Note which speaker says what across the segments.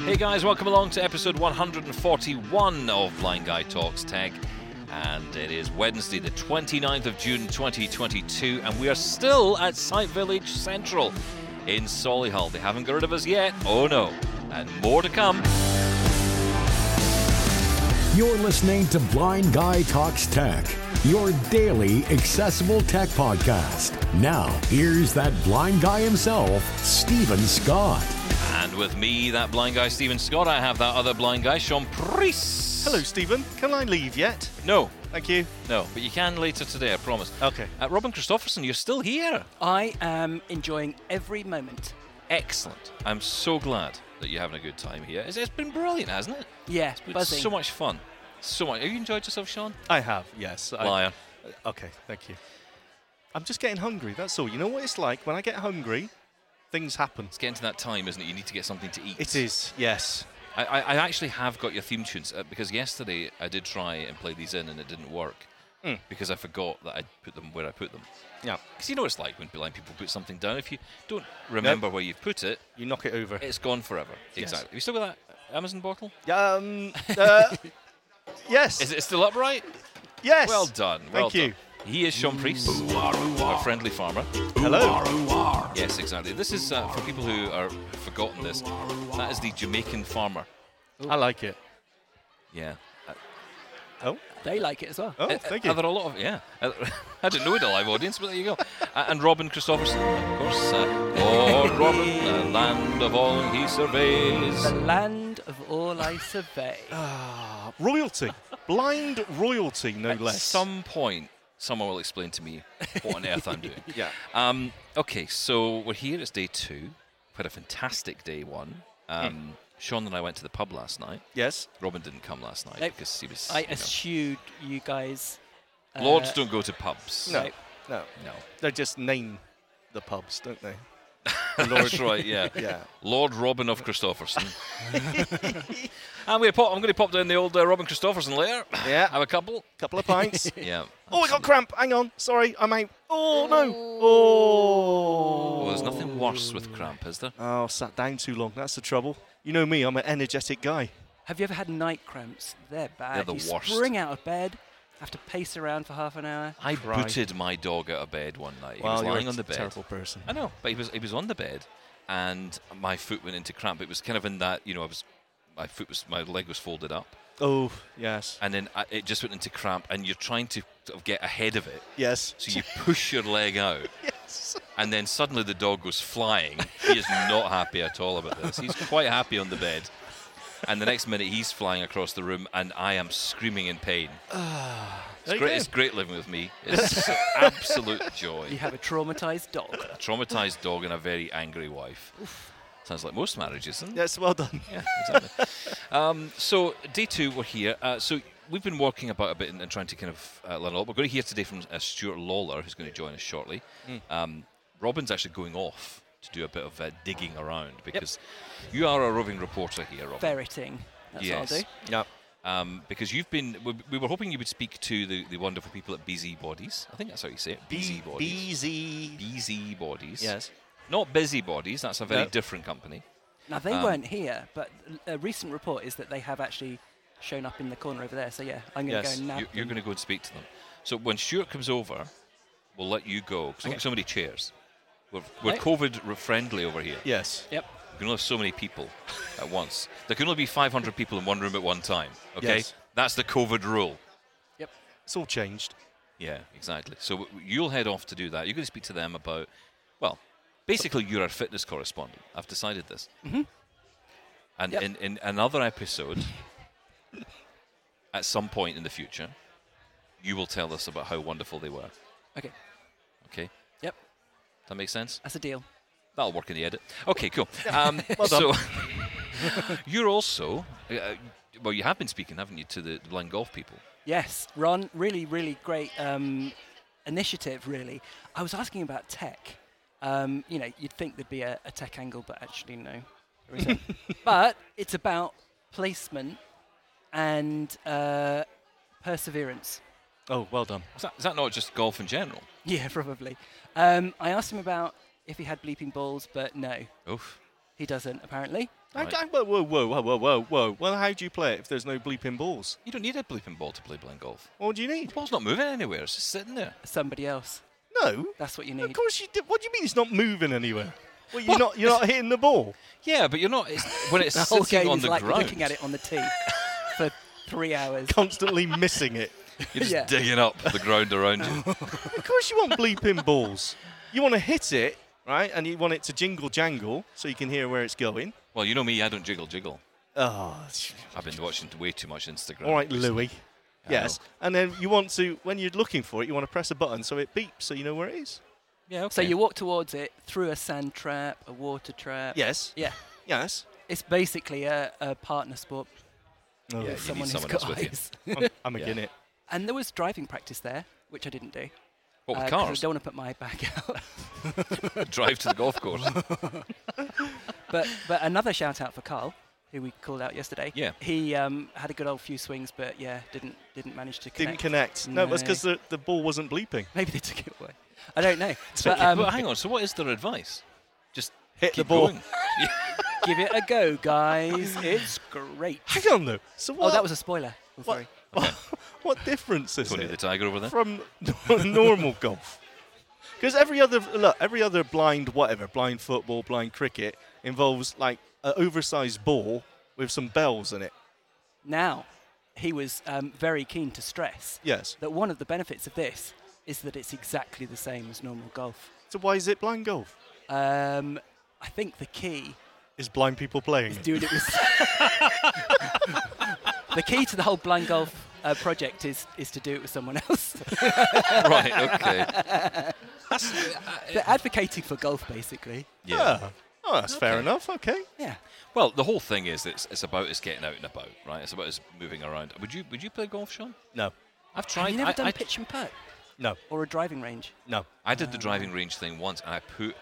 Speaker 1: Hey guys, welcome along to episode 141 of Blind Guy Talks Tech. And it is Wednesday, the 29th of June 2022, and we are still at Site Village Central in Solihull. They haven't got rid of us yet. Oh no. And more to come.
Speaker 2: You're listening to Blind Guy Talks Tech, your daily accessible tech podcast. Now, here's that blind guy himself, Stephen Scott.
Speaker 1: And with me, that blind guy, Stephen Scott, I have that other blind guy, Sean Priest.
Speaker 3: Hello, Stephen. Can I leave yet?
Speaker 1: No,
Speaker 3: Thank you.
Speaker 1: no, but you can later today, I promise.
Speaker 3: Okay.
Speaker 1: Uh, Robin Christopherson, you're still here.
Speaker 4: I am enjoying every moment.
Speaker 1: Excellent. I'm so glad that you're having a good time here. It's- it's been brilliant, hasn't it?
Speaker 4: Yeah,
Speaker 1: It's been
Speaker 4: buzzing.
Speaker 1: so much fun. So much. Have you enjoyed yourself, Sean?
Speaker 3: I have, yes. I-
Speaker 1: Liar.
Speaker 3: Okay, thank you. I'm just getting hungry, that's all. You know what it's like? When I get hungry, things happen.
Speaker 1: It's getting to that time, isn't it? You need to get something to eat.
Speaker 3: It is, yes.
Speaker 1: I, I, I actually have got your theme tunes uh, because yesterday I did try and play these in and it didn't work
Speaker 3: Mm.
Speaker 1: because I forgot that I put them where I put them.
Speaker 3: Yeah.
Speaker 1: Because you know what it's like when blind people put something down. If you don't remember where you've put it,
Speaker 3: You knock it over.
Speaker 1: it's gone forever.
Speaker 3: Yes.
Speaker 1: Exactly. Have you still got that Amazon bottle?
Speaker 3: Um, uh, yes.
Speaker 1: Is it still upright?
Speaker 3: Yes.
Speaker 1: Well done.
Speaker 3: Thank
Speaker 1: well
Speaker 3: you.
Speaker 1: done. He is Sean Priest, a friendly farmer.
Speaker 3: Hello.
Speaker 1: Yes, exactly. This is uh, for people who are have forgotten this. That is the Jamaican farmer.
Speaker 3: I like it.
Speaker 1: Yeah.
Speaker 3: Oh,
Speaker 4: They like it as well.
Speaker 3: oh,
Speaker 1: Uh,
Speaker 3: thank
Speaker 1: uh, Are
Speaker 3: you.
Speaker 1: there a lot of yeah? Uh, I didn't know we had a live audience, but there you go. Uh, and Robin Christopherson, of course. Uh, oh, Robin, the land of all he surveys.
Speaker 4: The land of all I survey.
Speaker 3: Ah, royalty. Blind royalty, no
Speaker 1: At
Speaker 3: less.
Speaker 1: some point, someone will explain to me what on earth I'm doing.
Speaker 3: Yeah.
Speaker 1: Um, okay, so we're here. It's day two. We had a fantastic day one.
Speaker 3: Hmm.
Speaker 1: Um, Sean and I went to the pub last night.
Speaker 3: Yes.
Speaker 1: Robin didn't come last night
Speaker 4: Nope.
Speaker 1: because he was.
Speaker 4: I
Speaker 1: you know.
Speaker 4: eschewed you guys. uh,
Speaker 1: Lords don't go to pubs.
Speaker 3: No.
Speaker 4: Right.
Speaker 3: No.
Speaker 1: No.
Speaker 3: They just name the pubs, don't they?
Speaker 1: That's right, yeah.
Speaker 3: Yeah.
Speaker 1: Lord Robin of Christopherson. I'm going to pop. I'm going to pop down the old uh, Robin Christopherson later.
Speaker 3: Yeah.
Speaker 1: Have a couple.
Speaker 3: Couple of pints.
Speaker 1: Yeah.
Speaker 3: Oh, I got cramp. Hang on. Sorry, I'm out. Oh, no. Oh.
Speaker 1: Well, there's nothing worse with cramp, is there?
Speaker 3: Oh, sat down too long. That's the trouble. You know me, I'm an energetic guy.
Speaker 4: Have you ever had night cramps? They're bad.
Speaker 1: the
Speaker 4: you
Speaker 1: worst.
Speaker 4: spring out of bed, have to pace around for half an hour.
Speaker 1: I
Speaker 3: Cry.
Speaker 1: booted my dog out of bed one night. He
Speaker 3: Wow,
Speaker 1: was
Speaker 3: you're
Speaker 1: lying
Speaker 3: a
Speaker 1: on the bed.
Speaker 3: terrible person.
Speaker 1: I know, but he was he was on the bed, and my foot went into cramp. It was kind of in that you know I was my foot was my leg was folded up,
Speaker 3: Oh, yes.
Speaker 1: and then I, it just went into cramp. And you're trying to sort of get ahead of it,
Speaker 3: Yes.
Speaker 1: so you push your leg out.
Speaker 3: Yes.
Speaker 1: And then suddenly the dog goes flying. He is not happy at all about this. He's quite happy on the bed. And the next minute he's flying across the room and I am screaming in pain. It's great, it's great living with me. It's absolute
Speaker 4: You
Speaker 1: joy.
Speaker 4: have a traumatized dog.
Speaker 1: A traumatized dog and a very angry wife. Sounds like most marriages, doesn't it?
Speaker 3: Yes, well done.
Speaker 1: Yeah, exactly. um, so day two, we're here. Uh, so we've been working about a bit and, and trying to kind of uh, learn a lot. We're going to hear today from uh, Stuart Lawler, who's going to join us shortly.
Speaker 3: Mm.
Speaker 1: Um, Robin's actually going off to do a bit of uh, digging around because you are a roving reporter here, Robin.
Speaker 4: Ferreting. That's
Speaker 1: yes.
Speaker 4: what I'll do.
Speaker 3: Yeah.
Speaker 1: Um, because you've been, we, we were hoping you would speak to the, the wonderful people at BZ Bodies. I think that's how you say it. BZ Bodies.
Speaker 3: Beezy.
Speaker 1: BZ Bodies.
Speaker 3: Yes.
Speaker 1: Not Busy Bodies. That's a very
Speaker 3: No.
Speaker 1: different company.
Speaker 4: Now, they
Speaker 1: Um,
Speaker 4: weren't here, but a recent report is that they have actually shown up in the corner over there. So, yeah, I'm going to
Speaker 3: Yes,
Speaker 4: go and nab
Speaker 1: You, you're
Speaker 4: them.
Speaker 1: going to go and speak to them. So when Stuart comes over, we'll let you go because
Speaker 4: Okay.
Speaker 1: so many chairs. We're, we're
Speaker 4: Right.
Speaker 1: COVID re- friendly over here.
Speaker 3: Yes.
Speaker 4: Yep.
Speaker 1: We can only have so many people at once. There can only be 500 people in one room at one time. Okay,
Speaker 3: Yes.
Speaker 1: that's the COVID rule.
Speaker 4: Yep.
Speaker 3: It's all changed.
Speaker 1: Yeah, exactly. So w- you'll head off to do that. You're going to speak to them about, well, basically you're our fitness correspondent. I've decided this. Mm-hmm. And
Speaker 4: Yep.
Speaker 1: in, in another episode, at some point in the future, you will tell us about how wonderful they were.
Speaker 4: Okay.
Speaker 1: Okay,
Speaker 4: Yep.
Speaker 1: that makes sense.
Speaker 4: That's a deal.
Speaker 1: That'll work in the edit. Okay, cool. Um,
Speaker 3: Well
Speaker 1: so you're also, uh, well, you have been speaking, haven't you, to the the blind golf people?
Speaker 4: Yes, Ron, really, really great um, initiative, really. I was asking about tech. Um, you know, you'd think there'd be a, a tech angle, but actually, no. There isn't. but it's about placement and uh, perseverance.
Speaker 3: Oh, well done.
Speaker 1: Is that, is that not just golf in general?
Speaker 4: Yeah, probably. Um, I asked him about if he had bleeping balls, but no.
Speaker 1: Oof.
Speaker 4: He doesn't, apparently.
Speaker 1: Right.
Speaker 3: I, I, whoa, whoa, whoa, whoa, whoa, whoa, whoa. Well, how do you play it if there's no bleeping balls?
Speaker 1: You don't need a bleeping ball to play blind golf.
Speaker 3: What do you need?
Speaker 1: The ball's not moving anywhere. It's just sitting there.
Speaker 4: Somebody else.
Speaker 3: No.
Speaker 4: That's what you
Speaker 3: Of
Speaker 4: need.
Speaker 3: course you do. What do you mean it's not moving anywhere? Well, you're
Speaker 1: What?
Speaker 3: not you're not hitting the ball.
Speaker 1: Yeah, but you're not. It's, when it's
Speaker 4: The whole
Speaker 1: sitting
Speaker 4: game
Speaker 1: on
Speaker 4: is
Speaker 1: the
Speaker 4: like
Speaker 1: ground,
Speaker 4: looking at it on the tee for three hours.
Speaker 3: Constantly missing it.
Speaker 1: you're just
Speaker 4: yeah.
Speaker 1: digging up the ground around you.
Speaker 3: Of course you want bleeping balls. You want to hit it, right? And you want it to jingle jangle so you can hear where it's going.
Speaker 1: Well, you know me. I don't jiggle jiggle.
Speaker 3: Oh,
Speaker 4: Ah,
Speaker 1: I've been watching way too much Instagram.
Speaker 3: all right,
Speaker 1: recently.
Speaker 3: Louis.
Speaker 4: Oh.
Speaker 1: I
Speaker 3: Yes.
Speaker 1: know.
Speaker 3: And then you want to, when you're looking for it, you want to press a button so it beeps so you know where it is.
Speaker 1: Yeah. Okay.
Speaker 4: So you walk towards it through a sand trap, a water trap.
Speaker 3: Yes.
Speaker 4: Yeah.
Speaker 3: Yes.
Speaker 4: It's basically a, a partner sport.
Speaker 1: Oh,
Speaker 3: No,
Speaker 1: Yeah, you
Speaker 3: yeah.
Speaker 1: need
Speaker 4: someone who's
Speaker 1: someone
Speaker 4: got
Speaker 1: else with you.
Speaker 4: eyes.
Speaker 3: I'm, I'm
Speaker 1: Yeah.
Speaker 3: again it.
Speaker 4: and there was driving practice there, which I didn't do.
Speaker 1: What
Speaker 4: uh,
Speaker 1: with
Speaker 4: 'cause I
Speaker 1: cars?
Speaker 4: don't want to put my back out.
Speaker 1: Drive to the golf course.
Speaker 4: but but another shout out for Carl, who we called out yesterday.
Speaker 1: Yeah.
Speaker 4: He um, had a good old few swings, but yeah, didn't didn't manage to
Speaker 3: Didn't
Speaker 4: connect.
Speaker 3: connect. No, that's
Speaker 4: No.
Speaker 3: because the, the ball wasn't bleeping.
Speaker 4: Maybe they took it away. I don't know.
Speaker 1: But,
Speaker 4: but um,
Speaker 1: hang on. So what is their advice? Just
Speaker 3: Hit
Speaker 1: keep
Speaker 3: the ball.
Speaker 1: going.
Speaker 4: give it a go, guys. It's great.
Speaker 3: Hang on though. So what?
Speaker 4: Oh, that was a spoiler. I'm
Speaker 3: what,
Speaker 4: sorry.
Speaker 3: what, what difference is
Speaker 1: Tony
Speaker 3: it
Speaker 1: the Tiger over there.
Speaker 3: from normal golf? Because every other look, every other blind whatever, blind football, blind cricket involves like an oversized ball with some bells in it.
Speaker 4: Now, he was um, very keen to stress
Speaker 3: Yes.
Speaker 4: that one of the benefits of this is that it's exactly the same as normal golf.
Speaker 3: So why is it blind golf?
Speaker 4: Um, I think the key
Speaker 3: Is blind people playing
Speaker 4: is
Speaker 3: it?
Speaker 4: doing it with. the key to the whole blind golf uh, project is is to do it with someone else.
Speaker 1: right. Okay.
Speaker 4: They're advocating for golf, basically.
Speaker 1: Yeah.
Speaker 3: Ah. Oh, that's fair
Speaker 1: Okay.
Speaker 3: enough. Okay.
Speaker 4: Yeah.
Speaker 1: Well, the whole thing is it's, it's about us getting out and about, right? It's about us moving around. Would you Would you play golf, Sean?
Speaker 3: No.
Speaker 1: I've tried.
Speaker 4: Have you never
Speaker 1: I,
Speaker 4: done
Speaker 1: I,
Speaker 4: pitch and putt
Speaker 3: No.
Speaker 4: or a driving range?
Speaker 3: No.
Speaker 1: I did
Speaker 4: Um,
Speaker 1: the driving range thing once, and I put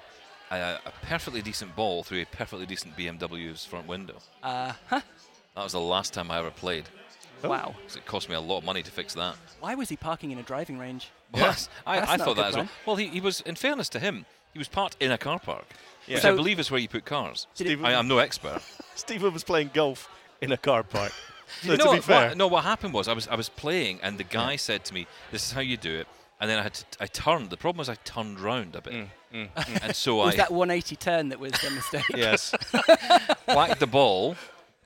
Speaker 1: a, a perfectly decent ball through a perfectly decent BMW's front window.
Speaker 4: Uh huh.
Speaker 1: That was the last time I ever played.
Speaker 3: Oh.
Speaker 4: Wow.
Speaker 1: 'cause it cost me a lot of money to fix that.
Speaker 4: Why was he parking in a driving range?
Speaker 1: Well, that's- I,
Speaker 4: That's
Speaker 1: I
Speaker 4: not a
Speaker 1: thought
Speaker 4: good
Speaker 1: that as well.
Speaker 4: plan.
Speaker 1: Well, he, he was, in fairness to him, he was parked in a car park, which I
Speaker 4: So-
Speaker 1: believe is where you put cars.
Speaker 4: Did it-
Speaker 1: I, am no expert.
Speaker 3: Stephen was playing golf in a car park. So
Speaker 1: no,
Speaker 3: to be
Speaker 1: what-
Speaker 3: fair,
Speaker 1: no, what happened was I was I was playing, and the guy said to me, "This is how you do it." And then I had to, I turned. The problem was I turned round a bit, and so
Speaker 4: Mm, Was
Speaker 1: I
Speaker 4: that 180 turn that was the mistake?
Speaker 3: yes.
Speaker 1: whacked the ball,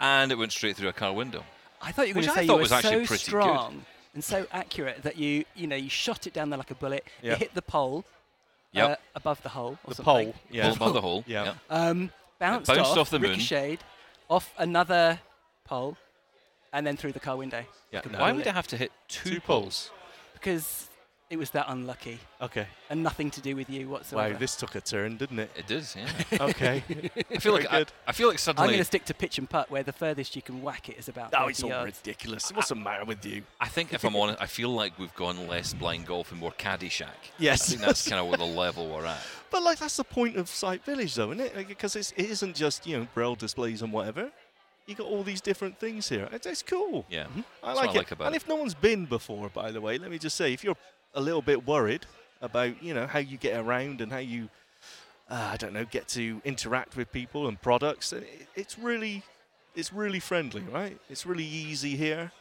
Speaker 1: and it went straight through a car window.
Speaker 4: I thought you were
Speaker 1: Which
Speaker 4: going
Speaker 1: I
Speaker 4: to say you
Speaker 1: thought
Speaker 4: were
Speaker 1: was actually
Speaker 4: so
Speaker 1: pretty good.
Speaker 4: strong and so accurate that you, you know, you shot it down there like a bullet. You
Speaker 3: Yeah.
Speaker 4: hit the pole
Speaker 1: Yep.
Speaker 4: uh, above the hole. Or
Speaker 3: the
Speaker 4: something,
Speaker 3: pole. Yeah.
Speaker 1: Ball by the hole.
Speaker 3: Yeah.
Speaker 4: Um, bounced,
Speaker 1: bounced
Speaker 4: off,
Speaker 1: off the moon.
Speaker 4: ricocheted off another pole, and then through the car window.
Speaker 3: Yeah,
Speaker 4: Like a
Speaker 3: no.
Speaker 1: Why
Speaker 4: bullet.
Speaker 1: would I have to hit two,
Speaker 3: Two
Speaker 1: poles?
Speaker 3: poles.
Speaker 4: Because it was that unlucky
Speaker 3: Okay.
Speaker 4: and nothing to do with you whatsoever.
Speaker 3: Wow, this took a turn, didn't it?
Speaker 1: It did. Yeah.
Speaker 3: Okay.
Speaker 1: I feel like I,
Speaker 3: good.
Speaker 1: I feel like
Speaker 4: I'm going
Speaker 1: suddenly
Speaker 4: to stick to pitch and putt, where the furthest you can whack it is about 30 yards.
Speaker 3: ridiculous. What's the matter with you?
Speaker 1: I think if I'm honest, I feel like we've gone less blind golf and more Caddyshack.
Speaker 3: Yes.
Speaker 1: I think that's kind of what the level we're at.
Speaker 3: But like that's the point of Sight Village, though, isn't it? Because it's it isn't just you know braille displays and whatever. You got all these different things here. It's, it's cool. Mm-hmm.
Speaker 1: Yeah.
Speaker 3: I
Speaker 1: That's what
Speaker 3: like
Speaker 1: I
Speaker 3: it.
Speaker 1: like about
Speaker 3: and
Speaker 1: it.
Speaker 3: if no one's been before, by the way, let me just say, if you're a little bit worried about you know how you get around and how you, uh, I don't know, get to interact with people and products, it, it's really, it's really friendly, right? It's really easy here.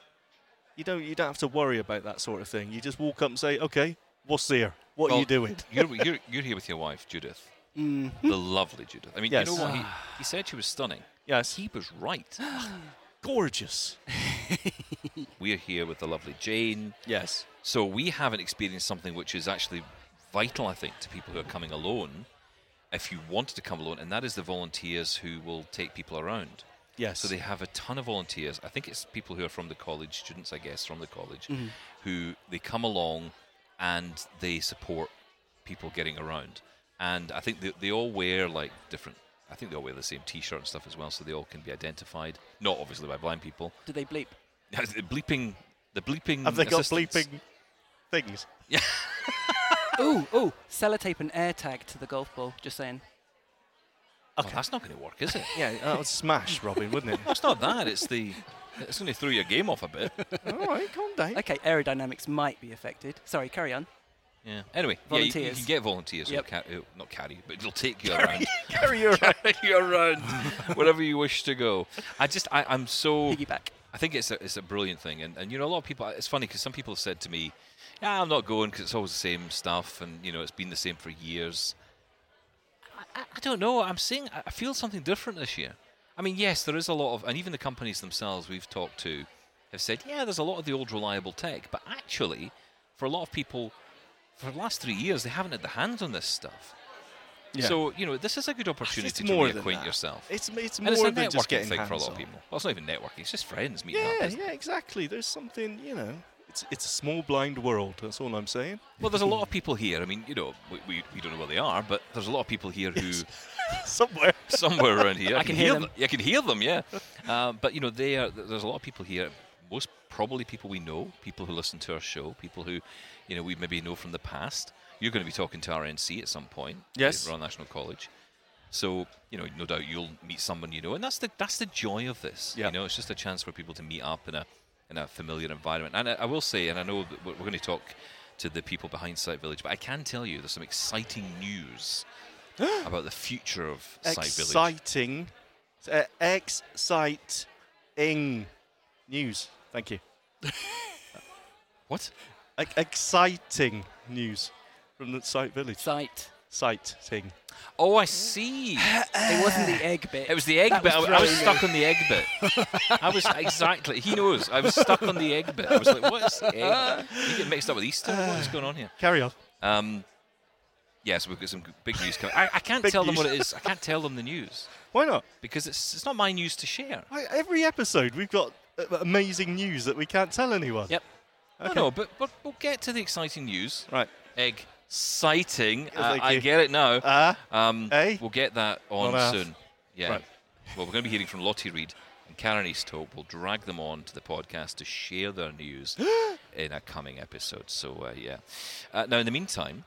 Speaker 3: You don't you don't have to worry about that sort of thing. You just walk up and say, okay, what's there? What are
Speaker 1: Well,
Speaker 3: you doing?
Speaker 1: You're, you're, you're here with your wife, Judith. The lovely Judith. I mean,
Speaker 3: Mm-hmm. Yes. Ah.
Speaker 1: you know what? He, he said she was stunning.
Speaker 3: Yes.
Speaker 1: He was right.
Speaker 3: gorgeous.
Speaker 1: We're here with the lovely Jane.
Speaker 3: Yes.
Speaker 1: So we haven't experienced something which is actually vital, I think, to people who are coming alone. If you wanted to come alone, and that is the volunteers who will take people around.
Speaker 3: Yes.
Speaker 1: So they have a ton of volunteers. I think it's people who are from the college, students, I guess, from the college,
Speaker 3: Mm-hmm.
Speaker 1: who they come along and they support people getting around. And I think they, they all wear like different. I think they all wear the same T-shirt and stuff as well, so they all can be identified. Not obviously by blind people.
Speaker 4: Do they bleep?
Speaker 1: The bleeping, the bleeping.
Speaker 3: have they got
Speaker 1: assistants.
Speaker 3: bleeping things?
Speaker 4: ooh, ooh, sellotape and air tag to the golf ball. Just saying.
Speaker 1: Oh, that's not going to work, is it?
Speaker 3: Yeah, that would smash, Robin, wouldn't
Speaker 1: It's not that. It's the. It's going to throw your game off a bit.
Speaker 3: it? All right, calm down.
Speaker 4: Okay, aerodynamics might be affected. Sorry, carry on.
Speaker 1: Yeah. Anyway, yeah, you- you,
Speaker 4: Volunteers.
Speaker 1: can get volunteers. Who'll
Speaker 4: Yep.
Speaker 1: ca- who'll not carry, you, but they'll take you around.
Speaker 3: Carry your
Speaker 1: take you around wherever you wish to go. I just, I, I'm so.
Speaker 4: Piggyback.
Speaker 1: I think it's a, it's a brilliant thing, and, and you know a lot of people. It's funny because some people have said to me, "Yeah, I'm not going because it's always the same stuff, and you know it's been the same for years." I, I I don't know. I'm seeing. I I feel something different this year. I mean, yes, there is a lot of, and even the companies themselves we've talked to have said, "Yeah, there's a lot of the old reliable tech," but actually, for a lot of people, for the last three years, they haven't had the hands on this stuff. So you know, this is a good opportunity
Speaker 3: It's
Speaker 1: to
Speaker 3: more than
Speaker 1: reacquaint
Speaker 3: that.
Speaker 1: yourself.
Speaker 3: It's it's
Speaker 1: and
Speaker 3: more
Speaker 1: it's a
Speaker 3: than just
Speaker 1: networking
Speaker 3: getting
Speaker 1: thing for a lot of
Speaker 3: hands-on.
Speaker 1: people. Well, it's not even networking; it's just friends meeting up.
Speaker 3: Yeah,
Speaker 1: isn't it?
Speaker 3: yeah, exactly. There's something you know. It's it's a small blind world. That's all I'm saying.
Speaker 1: Well, there's a lot of people here. I mean, you know, we, we, we don't know where they are, but there's a lot of people here who
Speaker 3: Somewhere.
Speaker 1: somewhere around here.
Speaker 4: I can hear them.
Speaker 1: I can hear them. Yeah, uh, but you know, they are. There's a lot of people here. Most probably people we know, people who listen to our show, people who, you know, we maybe know from the past. You're going to be talking to RNC at some point.
Speaker 3: Yes.
Speaker 1: Royal National College. So you know, no doubt you'll meet someone you know, and that's the that's the joy of this.
Speaker 3: Yeah.
Speaker 1: You know, it's just a chance for people to meet up in a in a familiar environment. And I, I will say, and I know that we're going to talk to the people behind Site Village, but I can tell you there's some exciting news about the future of Site Village.
Speaker 3: Exciting. Uh, exciting news. Thank you.
Speaker 1: What?
Speaker 3: Ex- exciting news from the site village.
Speaker 4: Sight.
Speaker 3: Sighting.
Speaker 1: Oh, I see.
Speaker 4: It wasn't the egg bit.
Speaker 1: It was the egg
Speaker 4: That
Speaker 1: bit. I,
Speaker 4: was
Speaker 1: I was
Speaker 4: throwing
Speaker 1: stuck on the egg bit. I was exactly. He knows. I was stuck on the egg bit. I was like, "What is the egg?" bit? You get mixed up with Easter. What is going on here?
Speaker 3: Carry on.
Speaker 1: Um, yes, we've got some g- big news coming. I, I can't
Speaker 3: Big
Speaker 1: tell them what
Speaker 3: news.
Speaker 1: it is. I can't tell them the news
Speaker 3: Why not?
Speaker 1: because it's it's not my news to share.
Speaker 3: Why, every episode we've got uh, amazing news that we can't tell anyone.
Speaker 4: Yep.
Speaker 1: No, no, but, but we'll get to the exciting news.
Speaker 3: Right.
Speaker 1: Egg sighting. Uh,
Speaker 3: Oh, thank
Speaker 1: I
Speaker 3: you.
Speaker 1: get it now.
Speaker 3: Uh,
Speaker 1: Um,
Speaker 3: eh?
Speaker 1: We'll get that on
Speaker 3: On Earth.
Speaker 1: soon. Yeah.
Speaker 3: Right.
Speaker 1: Well, we're going to be hearing from Lottie Reid and Karen Easthope. We'll drag them on to the podcast to share their news in a coming episode. So, uh, yeah. Uh, now, in the meantime,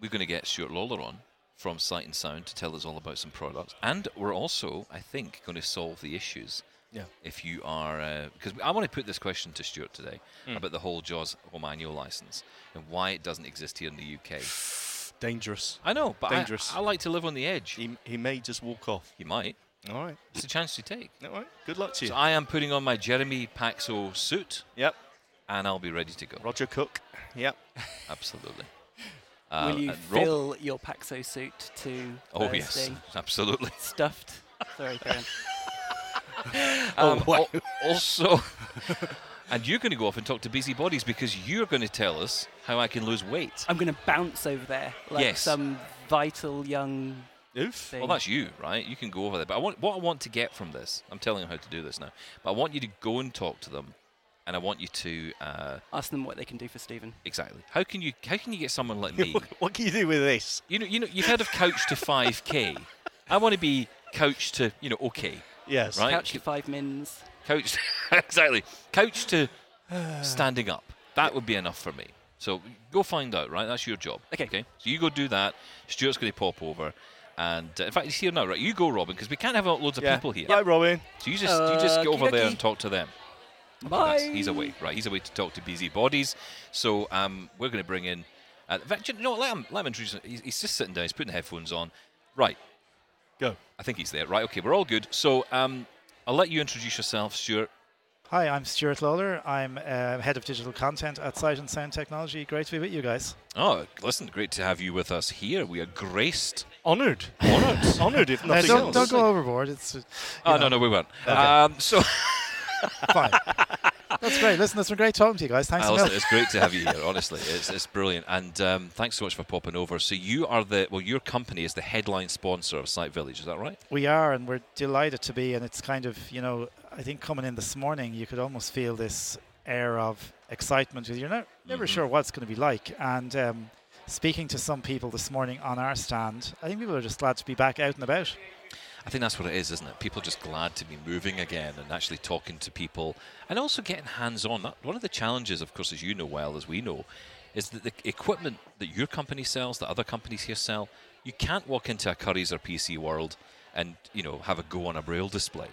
Speaker 1: we're going to get Stuart Lawler on from Sight and Sound to tell us all about some products. And we're also, I think, going to solve the issues.
Speaker 3: Yeah.
Speaker 1: If you are, because I want to put this question to Stuart today
Speaker 3: Hmm.
Speaker 1: about the whole JAWS home annual license and why it doesn't exist here in the UK.
Speaker 3: dangerous.
Speaker 1: I know, but I-
Speaker 3: Dangerous.
Speaker 1: I, like to live on the edge.
Speaker 3: He, he may just walk off.
Speaker 1: He might.
Speaker 3: All right.
Speaker 1: It's a chance to take.
Speaker 3: All right. Good luck to you.
Speaker 1: So I am putting on my Jeremy Paxo suit,
Speaker 3: yep.
Speaker 1: and I'll be ready to go.
Speaker 3: Roger Cook. Yep.
Speaker 1: Absolutely.
Speaker 4: Will
Speaker 1: Uh,
Speaker 4: you
Speaker 1: and Rob-
Speaker 4: fill your Paxo suit to
Speaker 1: Oh yes,
Speaker 4: Thursday?
Speaker 1: absolutely.
Speaker 4: Stuffed. Sorry, Karen. Oh,
Speaker 1: Um, al- also, and you're going to go off and talk to busy bodies because you're going to tell us how I can lose weight.
Speaker 4: I'm going to bounce over there like
Speaker 1: Yes.
Speaker 4: some vital young
Speaker 3: Oof.
Speaker 4: thing.
Speaker 1: Well, that's you, right? You can go over there. But I want what I want to get from this. I'm telling you how to do this now. But I want you to go and talk to them, and I want you to uh,
Speaker 4: Ask them what they can do for Stephen.
Speaker 1: exactly. How can you? How can you get someone like me?
Speaker 3: What can you do with this?
Speaker 1: You know, you know, you've heard of couch to 5k. I want to be couch to, you know, okay,
Speaker 3: Yes.
Speaker 1: right?
Speaker 4: Couch to five mins.
Speaker 1: Couch, exactly. Couch to standing up. That would be enough for me. So go find out, right? That's your job.
Speaker 4: Okay.
Speaker 1: Okay. So you go do that. Stuart's going to pop over, and uh, in fact, he's here now, right? You go, Robin, because we can't have loads of
Speaker 3: Yeah.
Speaker 1: people here.
Speaker 3: Bye, Robin.
Speaker 1: So you just you just go over there
Speaker 4: Okey-dokey.
Speaker 1: and talk to them.
Speaker 4: Uh, Bye.
Speaker 1: That's- he's away, right? He's away to talk to busy bodies. So um, we're going to bring in. Uh, in fact, you know, what, let him, let him introduce. He's, he's just sitting down. He's putting the headphones on. Right.
Speaker 3: Go.
Speaker 1: I think he's there. Right, okay, we're all good. So um, I'll let you introduce yourself, Stuart.
Speaker 5: Hi, I'm Stuart Lawler. I'm uh, head of digital content at Sight and Sound Technology. Great to be with you guys.
Speaker 1: Oh, listen, great to have you with us here. We are graced.
Speaker 3: Honoured. Honoured. Honoured, if
Speaker 5: Uh,
Speaker 3: nothing
Speaker 5: don't,
Speaker 3: else.
Speaker 5: don't go overboard. It's uh, you
Speaker 1: Oh, no,
Speaker 5: know,
Speaker 1: no, we weren't. Um, so,
Speaker 5: fine. That's great. Listen, it's been great talking to you guys. Thanks
Speaker 1: Ah,
Speaker 5: a
Speaker 1: listen,
Speaker 5: million.
Speaker 1: it's great to have you here, honestly. It's, it's brilliant. And um, thanks so much for popping over. So, you are the, well, your company is the headline sponsor of Site Village, is that right?
Speaker 5: We are, and we're delighted to be. And it's kind of, you know, I think coming in this morning, you could almost feel this air of excitement because you're not, never
Speaker 3: Mm-hmm.
Speaker 5: sure what it's going to be like. And um, speaking to some people this morning on our stand, I think people are just glad to be back out and about.
Speaker 1: I think that's what it is, isn't it? People are just glad to be moving again and actually talking to people and also getting hands on. That One of the challenges, of course, as you know well, as we know, is that the equipment that your company sells, that other companies here sell, you can't walk into a Curry's or PC world and you know have a go on a braille display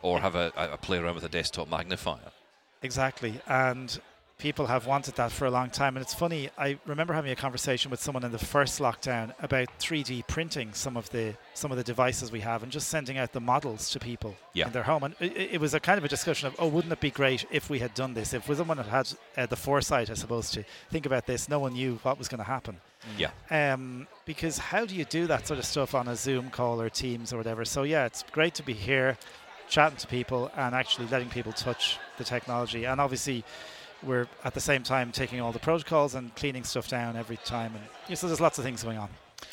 Speaker 1: or have a, a a play around with a desktop magnifier.
Speaker 5: Exactly. And people have wanted that for a long time. And it's funny, I remember having a conversation with someone in the first lockdown about 3D printing some of the some of the devices we have and just sending out the models to people
Speaker 1: Yeah.
Speaker 5: in their home. And it, it was a kind of a discussion of, oh, wouldn't it be great if we had done this? If someone had had uh, the foresight, I suppose, to think about this, no one knew what was going to happen.
Speaker 1: Yeah.
Speaker 5: Um, because how do you do that sort of stuff on a Zoom call or Teams or whatever? So yeah, it's great to be here, chatting to people and actually letting people touch the technology. And obviously, we're at the same time taking all the protocols and cleaning stuff down every time. And yeah, so there's lots of things going on.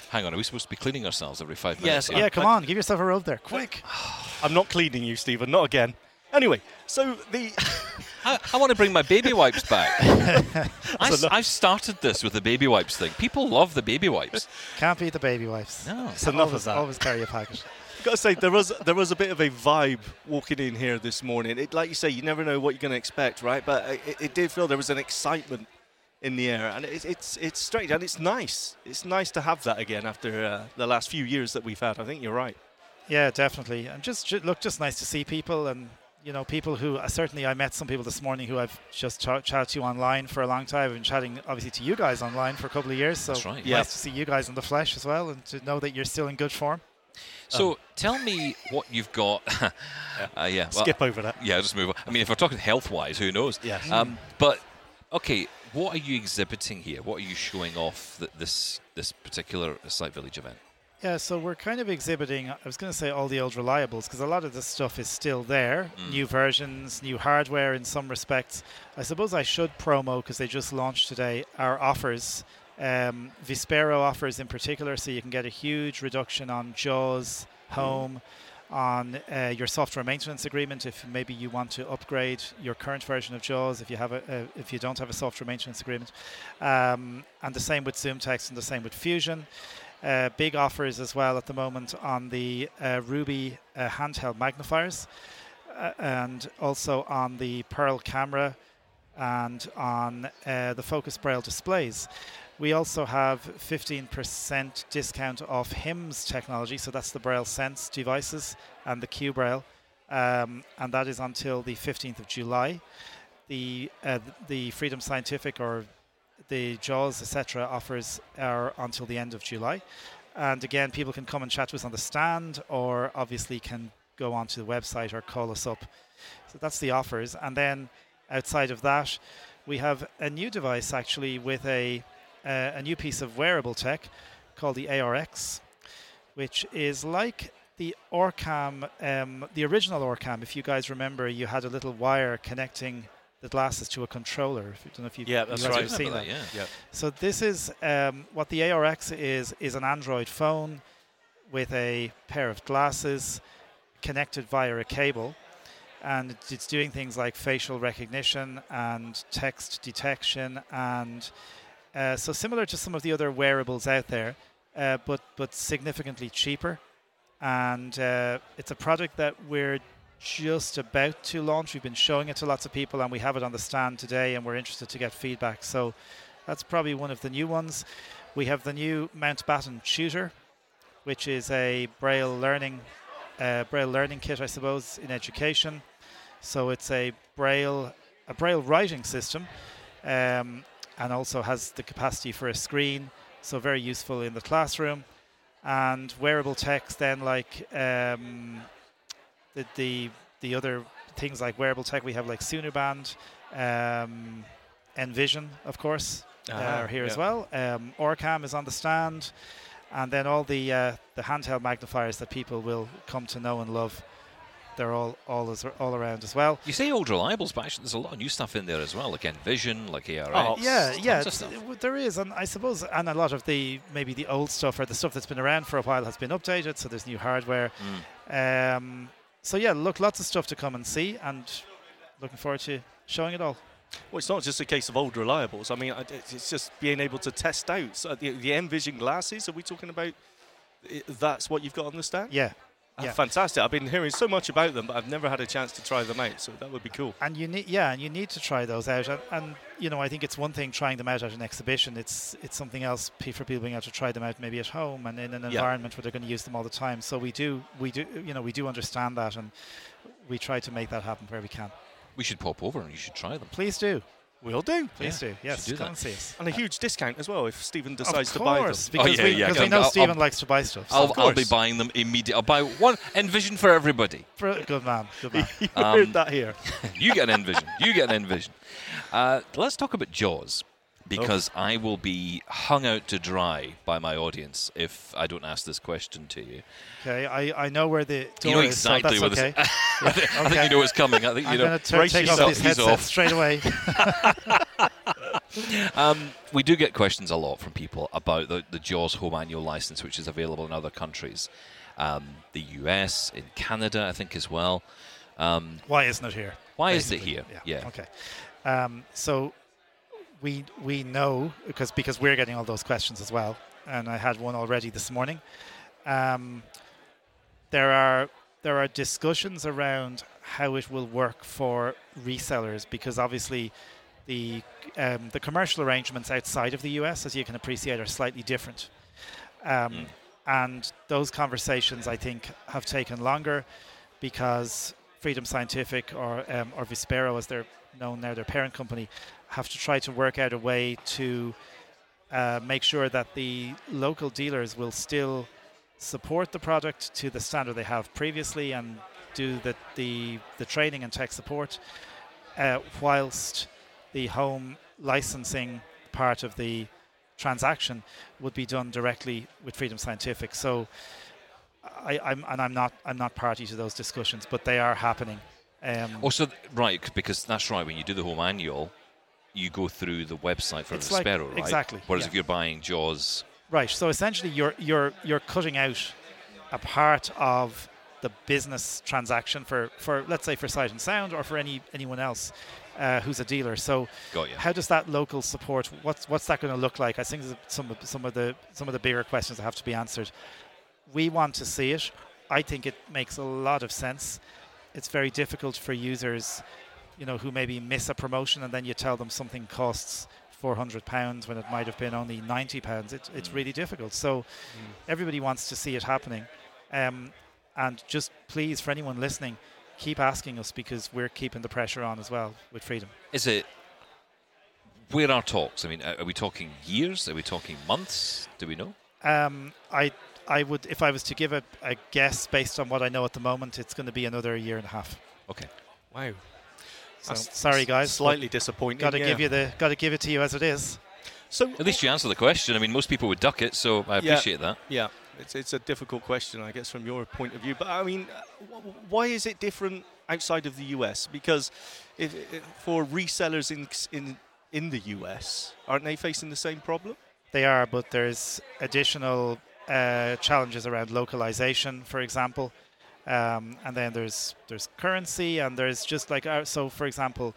Speaker 1: Hang on, are we supposed to be cleaning ourselves every five minutes?
Speaker 3: Yes,
Speaker 5: Yeah, come on, give yourself a rub there, quick.
Speaker 3: I'm not cleaning you, Stephen. Not again. Anyway, so the
Speaker 1: I, I want to bring my baby wipes back. I, s- I started this with the baby wipes thing. People love the baby wipes.
Speaker 5: Can't beat the baby wipes.
Speaker 1: No.
Speaker 3: It's enough
Speaker 5: always,
Speaker 3: of that.
Speaker 5: Always carry a package.
Speaker 3: gotta say there was there was a bit of a vibe walking in here this morning. It, like you say, you never know what you're going to expect, right? But I- it, it did feel there was an excitement in the air, and it, it's it's strange and it's nice. It's nice to have that again after uh, the last few years that we've had. I think you're right.
Speaker 5: Yeah, definitely. And just, ju- look, just nice to see people and you know people who uh, certainly I met some people this morning who I've just ch- chatted to online for a long time. I've been chatting obviously to you guys online for a couple of years, so
Speaker 1: That's right.
Speaker 5: nice
Speaker 3: Yeah.
Speaker 5: to see you guys in the flesh as well, and to know that you're still in good form.
Speaker 1: So
Speaker 3: Oh.
Speaker 1: tell me what you've got. yeah. Uh, yeah well,
Speaker 3: Skip Hmm. over that.
Speaker 1: Yeah, just move on. I mean, if we're talking health wise, who knows?
Speaker 3: Yeah.
Speaker 1: Um, but okay, what are you exhibiting here? What are you showing off that this this particular site village event?
Speaker 5: Yeah, so we're kind of exhibiting, I was going to say all the old reliables, because a lot of this stuff is still there. New versions, new hardware in some respects. I suppose I should promo, because they just launched today, our offers. Um, Vispero offers in particular, so you can get a huge reduction on JAWS, Home, on uh, your software maintenance agreement if maybe you want to upgrade your current version of JAWS if you have a, a if you don't have a software maintenance agreement, um, and the same with Zoom Text and the same with Fusion. Uh, big offers as well at the moment on the uh, Ruby uh, handheld magnifiers, uh, and also on the Pearl camera, and on uh, the Focus Braille displays. We also have 15% discount off HIMS technology, so that's the Braille Sense devices and the Q Braille, um, and that is until the 15th of July. The uh, the Freedom Scientific or the JAWS etc. offers are until the end of July, and again people can come and chat with us on the stand, or obviously can go onto the website or call us up. So that's the offers, and then outside of that, we have a new device actually with a uh, a new piece of wearable tech called the ARX, which is like the Orcam, um, the original Orcam. If you guys remember, you had a little wire connecting the glasses to a controller. If you don't know if you
Speaker 3: Yeah,
Speaker 5: you
Speaker 3: that's
Speaker 5: guys
Speaker 3: right.
Speaker 5: have seen
Speaker 1: Remember
Speaker 5: that.
Speaker 1: that, yeah.
Speaker 5: So this is um, what the ARX is: is an Android phone with a pair of glasses connected via a cable, and it's- it's doing things like facial recognition and text detection, and uh, so similar to some of the other wearables out there, uh, but but significantly cheaper. And uh, it's a product that we're just about to launch. We've been showing it to lots of people, and we have it on the stand today, and we're interested to get feedback. So. That's probably one of the new ones. We have the new Mountbatten Tutor, which is a Braille learning uh, Braille learning kit, I suppose, in education. So it's a Braille a Braille writing system, um, and also has the capacity for a screen, so very useful in the classroom. And wearable text, then like um, the, the the other things like wearable tech, we have like Sunuband, um, Envision, of course, uh,
Speaker 3: Ah,
Speaker 5: are here
Speaker 3: yeah.
Speaker 5: as well. Um, Orcam is on the stand, and then all the uh, the handheld magnifiers that people will come to know and love. They're all all as, all around as well.
Speaker 1: You say old reliables, but actually there's a lot of new stuff in there as well, like Envision, like ARX.
Speaker 3: Oh,
Speaker 5: yeah,
Speaker 1: tons of
Speaker 5: yeah, it's-
Speaker 1: stuff.
Speaker 5: w- there is, and I suppose, and a lot of the maybe the old stuff or the stuff that's been around for a while has been updated, so there's new hardware.
Speaker 1: Hmm.
Speaker 5: Um, so yeah, look, lots of stuff to come and see, and looking forward to showing it all.
Speaker 3: Well, it's not just a case of old reliables. I mean, I- it's it's just being able to test out so the, the Envision glasses. Are we talking about? i- That's what you've got on the stand.
Speaker 5: Yeah,
Speaker 3: Ah,
Speaker 5: yeah.
Speaker 3: Fantastic. I've been hearing so much about them, but I've never had a chance to try them out. So that would be cool.
Speaker 5: and you need yeah, and you need to try those out, and, and you know I think it's one thing trying them out at an exhibition. It's it's something else pe- for people being able to try them out maybe at home and in an environment where they're going to use them all the time. So we do we do you know we do understand that, and we try to make that happen where we can.
Speaker 1: We should pop over and you should try them.
Speaker 5: Please do.
Speaker 3: We'll do.
Speaker 5: Please do. Yes,
Speaker 1: do that.
Speaker 5: come and see us.
Speaker 3: And a huge discount as well if Stephen
Speaker 5: Of
Speaker 3: decides to buy them.
Speaker 5: course, because
Speaker 1: Oh, yeah,
Speaker 5: we,
Speaker 1: yeah,
Speaker 5: because
Speaker 1: yeah.
Speaker 5: we know
Speaker 1: I'll-
Speaker 5: Stephen
Speaker 1: I'll-
Speaker 5: likes to buy stuff.
Speaker 1: I'll, I'll be
Speaker 3: course.
Speaker 1: buying them immediately. I'll buy one Envision for everybody.
Speaker 5: Br- Good man. Good man.
Speaker 3: You
Speaker 1: Um,
Speaker 3: heard that here.
Speaker 1: You get an Envision. You get an Envision. Uh, let's talk about Jaws, because I will be hung out to dry by my audience if I don't ask this question to you.
Speaker 5: okay, I, I know where the door
Speaker 1: You know
Speaker 5: is. so
Speaker 1: exactly
Speaker 5: that's
Speaker 1: where this-
Speaker 5: okay.
Speaker 1: I think, I think you know what's coming. I think you
Speaker 5: I'm
Speaker 1: know.
Speaker 5: going to
Speaker 3: brace
Speaker 5: take off
Speaker 1: yourself.
Speaker 5: this
Speaker 1: He's
Speaker 5: headset
Speaker 1: off.
Speaker 5: straight away.
Speaker 1: Um, we do get questions a lot from people about the, the JAWS home annual license, which is available in other countries, um, the US, in Canada, I think as well. Um,
Speaker 5: Why isn't it here?
Speaker 1: why is it
Speaker 5: basically.
Speaker 1: here?
Speaker 5: Yeah. Okay. Um, so we we know because because we're getting all those questions as well, and I had one already this morning. Um, there are there are discussions around how it will work for resellers because obviously the um, the commercial arrangements outside of the US, as you can appreciate, are slightly different. Um,
Speaker 1: Hmm.
Speaker 5: And those conversations, I think, have taken longer because Freedom Scientific or um, or Vispero, as they're known now, their parent company, have to try to work out a way to uh, make sure that the local dealers will still support the product to the standard they have previously and do the the, the training and tech support, uh, whilst the home licensing part of the transaction would be done directly with Freedom Scientific. So. I, I'm and I'm not I'm not party to those discussions, but they are happening. Um,
Speaker 1: Also, right, c- because that's right, when you do the home annual, you go through the website for
Speaker 5: It's
Speaker 1: the
Speaker 5: like-
Speaker 1: Sparrow, right?
Speaker 5: exactly,
Speaker 1: Whereas
Speaker 5: yeah.
Speaker 1: if you're buying JAWS,
Speaker 5: Right. So essentially, you're you're you're cutting out a part of the business transaction for, for let's say for Sight and Sound or for any anyone else uh, who's a dealer. So
Speaker 1: Got ya.
Speaker 5: how does that local support? What's what's that going to look like? I think there's some of, some of the some of the bigger questions that have to be answered. We want to see it. I think it makes a lot of sense. It's very difficult for users, you know, who maybe miss a promotion and then you tell them something costs 400 pounds when it might have been only 90 pounds. It, it's really difficult. So everybody wants to see it happening. Um, and just please, for anyone listening, keep asking us because we're keeping the pressure on as well with freedom.
Speaker 1: is it. Where are talks? I mean, are are we talking years? Are we talking months? Do we know?
Speaker 5: Um, I I would if I was to give a, a guess based on what I know at the moment, it's going to be another year and a half.
Speaker 1: Okay.
Speaker 3: Wow.
Speaker 5: So sorry guys,
Speaker 3: Slightly disappointing.
Speaker 5: Got to
Speaker 3: yeah.
Speaker 5: give you the got to give it to you as it is.
Speaker 3: So,
Speaker 1: At least you answer the question. I mean, most people would duck it, so I
Speaker 3: Yeah.
Speaker 1: appreciate that.
Speaker 3: yeah, it's, it's a difficult question, I guess, from your point of view. But I mean, uh, wh- why is it different outside of the US? Because if, i for resellers in, in, in the US, aren't they facing the same problem?
Speaker 5: They are, but there's additional uh, challenges around localization, for example, um, and then there's there's currency, and there's just like our, so, for example.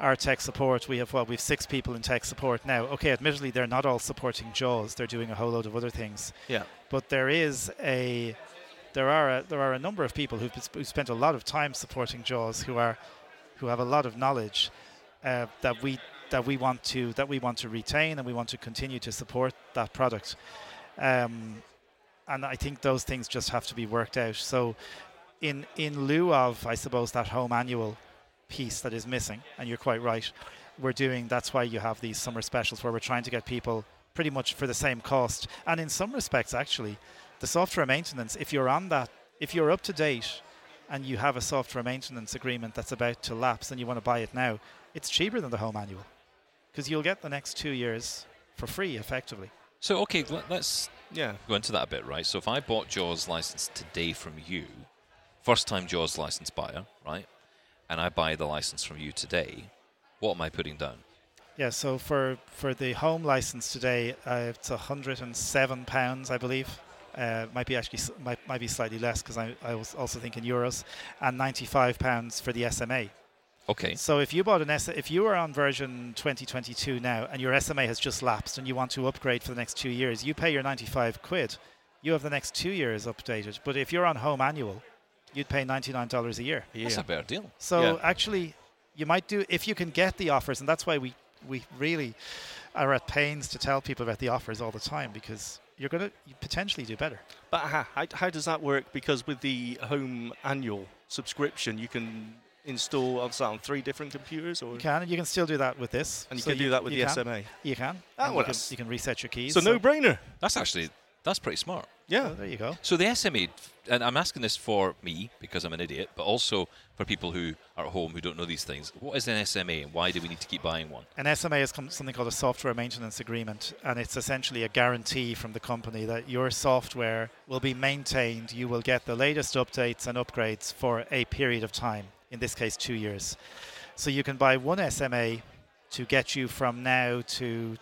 Speaker 5: Our tech support, we have well, we've six people in tech support now. Okay, admittedly, they're not all supporting JAWS; they're doing a whole load of other things.
Speaker 3: Yeah.
Speaker 5: but there is a there are a, there are a number of people who've, who spent a lot of time supporting Jaws who are who have a lot of knowledge uh, that we that we want to that we want to retain and we want to continue to support that product. Um, and I think those things just have to be worked out. So, in in lieu of, I suppose, that home annual piece that is missing, and you're quite right, we're doing. That's why you have these summer specials where we're trying to get people pretty much for the same cost. And in some respects, actually, the software maintenance, if you're on that, if you're up to date, and you have a software maintenance agreement that's about to lapse, and you want to buy it now, it's cheaper than the home annual because you'll get the next two years for free, effectively.
Speaker 1: So, okay, let- let's
Speaker 3: Yeah.
Speaker 1: go into that a bit, right? So, if I bought Jaws license today from you, first time Jaws license buyer, right? And I buy the license from you today, what am I putting down?
Speaker 5: Yeah, so for, for the home license today, uh, it's 107 pounds, I believe. Uh, might be actually s- might, might be slightly less because I, I was also thinking euros, and 95 pounds for the SMA.
Speaker 1: Okay.
Speaker 5: So if you bought an S, if you are on version 2022 now and your SMA has just lapsed and you want to upgrade for the next two years, you pay your 95 quid. You have the next two years updated. But if you're on home annual, you'd pay 99 dollars a year.
Speaker 1: That's a better deal.
Speaker 5: So
Speaker 3: Yeah.
Speaker 5: actually, you might do if you can get the offers, and that's why we we really are at pains to tell people about the offers all the time because you're gonna you potentially do better.
Speaker 3: But how, how, how does that work? Because with the home annual subscription, you can install on some three different computers, or
Speaker 5: You can. You can still do that with this.
Speaker 3: and you
Speaker 5: So
Speaker 3: can do that with
Speaker 5: you
Speaker 3: the
Speaker 5: can.
Speaker 3: SMA.
Speaker 5: You can.
Speaker 3: Ah,
Speaker 5: And
Speaker 3: well,
Speaker 5: you, can
Speaker 3: that's-
Speaker 5: you can reset your keys.
Speaker 3: So no brainer.
Speaker 1: That's actually that's pretty smart.
Speaker 5: so
Speaker 3: Yeah.
Speaker 5: there you go.
Speaker 1: So the SMA, and I'm asking this for me because I'm an idiot, but also for people who are at home who don't know these things. What is an SMA, and why do we need to keep buying one?
Speaker 5: An SMA is com- something called a software maintenance agreement, and it's essentially a guarantee from the company that your software will be maintained. You will get the latest updates and upgrades for a period of time, in this case, two years. So you can buy one SMA to get you from now to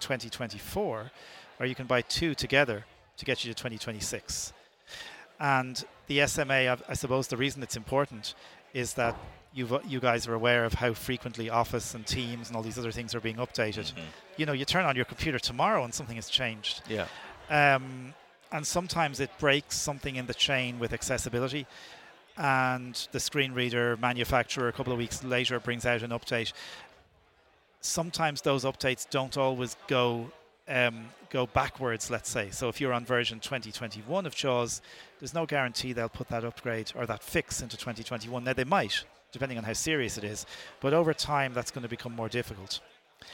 Speaker 5: 2024, or you can buy two together to get you to 2026. And the SMA, I've- I suppose the reason it's important is that you've, you guys are aware of how frequently Office and Teams and all these other things are being updated. You know, you turn on your computer tomorrow and something has changed.
Speaker 3: Yeah.
Speaker 5: Um, and sometimes it breaks something in the chain with accessibility. And the screen reader manufacturer, a couple of weeks later, brings out an update. Sometimes those updates don't always go um, go backwards. Let's say, so if you're on version 2021 of JAWS, there's no guarantee they'll put that upgrade or that fix into 2021. Now they might, depending on how serious it is. But over time, that's going to become more difficult.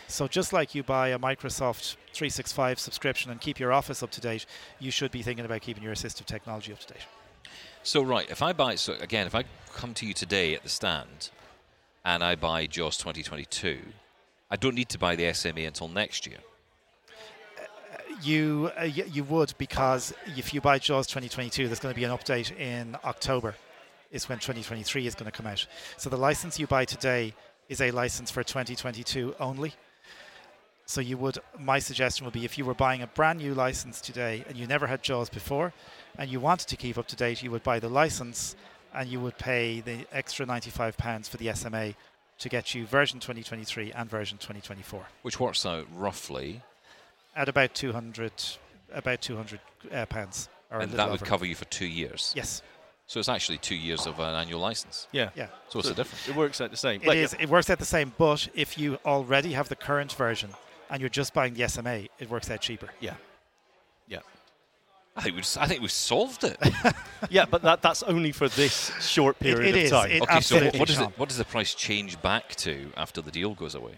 Speaker 5: So just like you buy a Microsoft 365 subscription and keep your Office up to date, you should be thinking about keeping your assistive technology up to date.
Speaker 1: So right, if I buy so again, if I come to you today at the stand, and I buy Jaws 2022, I don't need to buy the SMA until next year.
Speaker 5: You uh, y- you would because if you buy JAWS 2022, there's going to be an update in October. Is when 2023 is going to come out. So the license you buy today is a license for 2022 only. So you would. My suggestion would be if you were buying a brand new license today and you never had JAWS before, and you wanted to keep up to date, you would buy the license and you would pay the extra 95 pounds for the SMA to get you version 2023 and version 2024
Speaker 1: which works out roughly,
Speaker 5: at about 200 about 200 uh, pounds or a
Speaker 1: and
Speaker 5: little
Speaker 1: that would
Speaker 5: over.
Speaker 1: cover you for two years.
Speaker 5: yes
Speaker 1: So it's actually two years of an annual license.
Speaker 3: Yeah.
Speaker 5: yeah
Speaker 1: So what's the difference?
Speaker 3: It works out the same.
Speaker 5: it
Speaker 3: Like,
Speaker 5: is it works out the same but if you already have the current version and you're just buying the SMA it works out cheaper
Speaker 3: Yeah. Yeah.
Speaker 1: I think we've, s- I think we've solved it.
Speaker 3: Yeah, but that, that's only for this short
Speaker 5: It-
Speaker 3: period
Speaker 5: it
Speaker 3: of
Speaker 5: is.
Speaker 3: time.
Speaker 1: okay,
Speaker 5: It
Speaker 1: so what,
Speaker 5: absolutely
Speaker 1: what, does it,
Speaker 5: shan't.
Speaker 1: what does the price change back to after the deal goes away?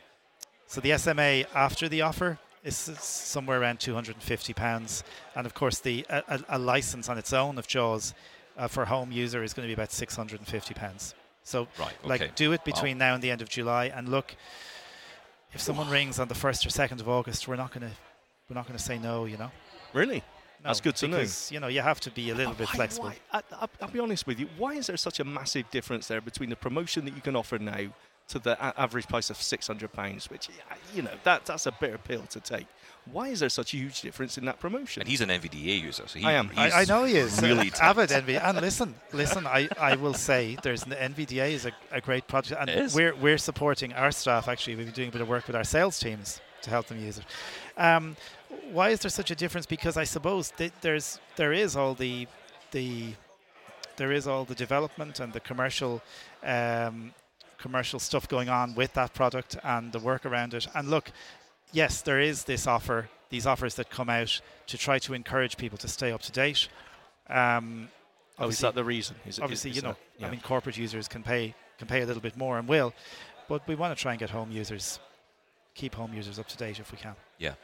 Speaker 5: so the SMA after the offer is s- somewhere around 250 pounds and of course the a, a, a license on its own of jaws uh, for home user is going to be about 650 pounds so
Speaker 1: Right, okay.
Speaker 5: like do it
Speaker 1: Wow.
Speaker 5: between now and the end of July and look if someone rings on the 1st or 2nd of August we're not going to we're not going to say no you know
Speaker 3: Really?
Speaker 5: No,
Speaker 3: That's good to know.
Speaker 5: because, You know, you have to be a little bit
Speaker 3: Why-
Speaker 5: flexible.
Speaker 3: why- I, I'll, I'll be honest with you. Why is there such a massive difference there between the promotion that you can offer now to the a- average price of six hundred pounds, which I- you know that that's a bitter pill to take. Why is there such a huge difference in that promotion?
Speaker 1: And he's an NVDA user, so he,
Speaker 3: I am.
Speaker 5: I, I know he is.
Speaker 1: really
Speaker 5: avid NVDA. And listen, listen, I, I will say there's an NVDA is a, a great project. And
Speaker 1: It is.
Speaker 5: we're we're supporting our staff actually. We've been doing a bit of work with our sales teams to help them use it. Um, why is there such a difference? Because I suppose th- there's there is all the the there is all the development and the commercial um, commercial stuff going on with that product and the work around it. And look, yes, there is this offer, these offers that come out to try to encourage people to stay up to date. Um,
Speaker 3: oh, is
Speaker 5: obviously-
Speaker 3: that the reason? Is it-
Speaker 5: obviously,
Speaker 3: is
Speaker 5: you know,
Speaker 3: that- yeah.
Speaker 5: I mean, corporate users can pay can pay a little bit more and will, but we want to try and get home users, keep home users up to date if we can.
Speaker 1: Yeah.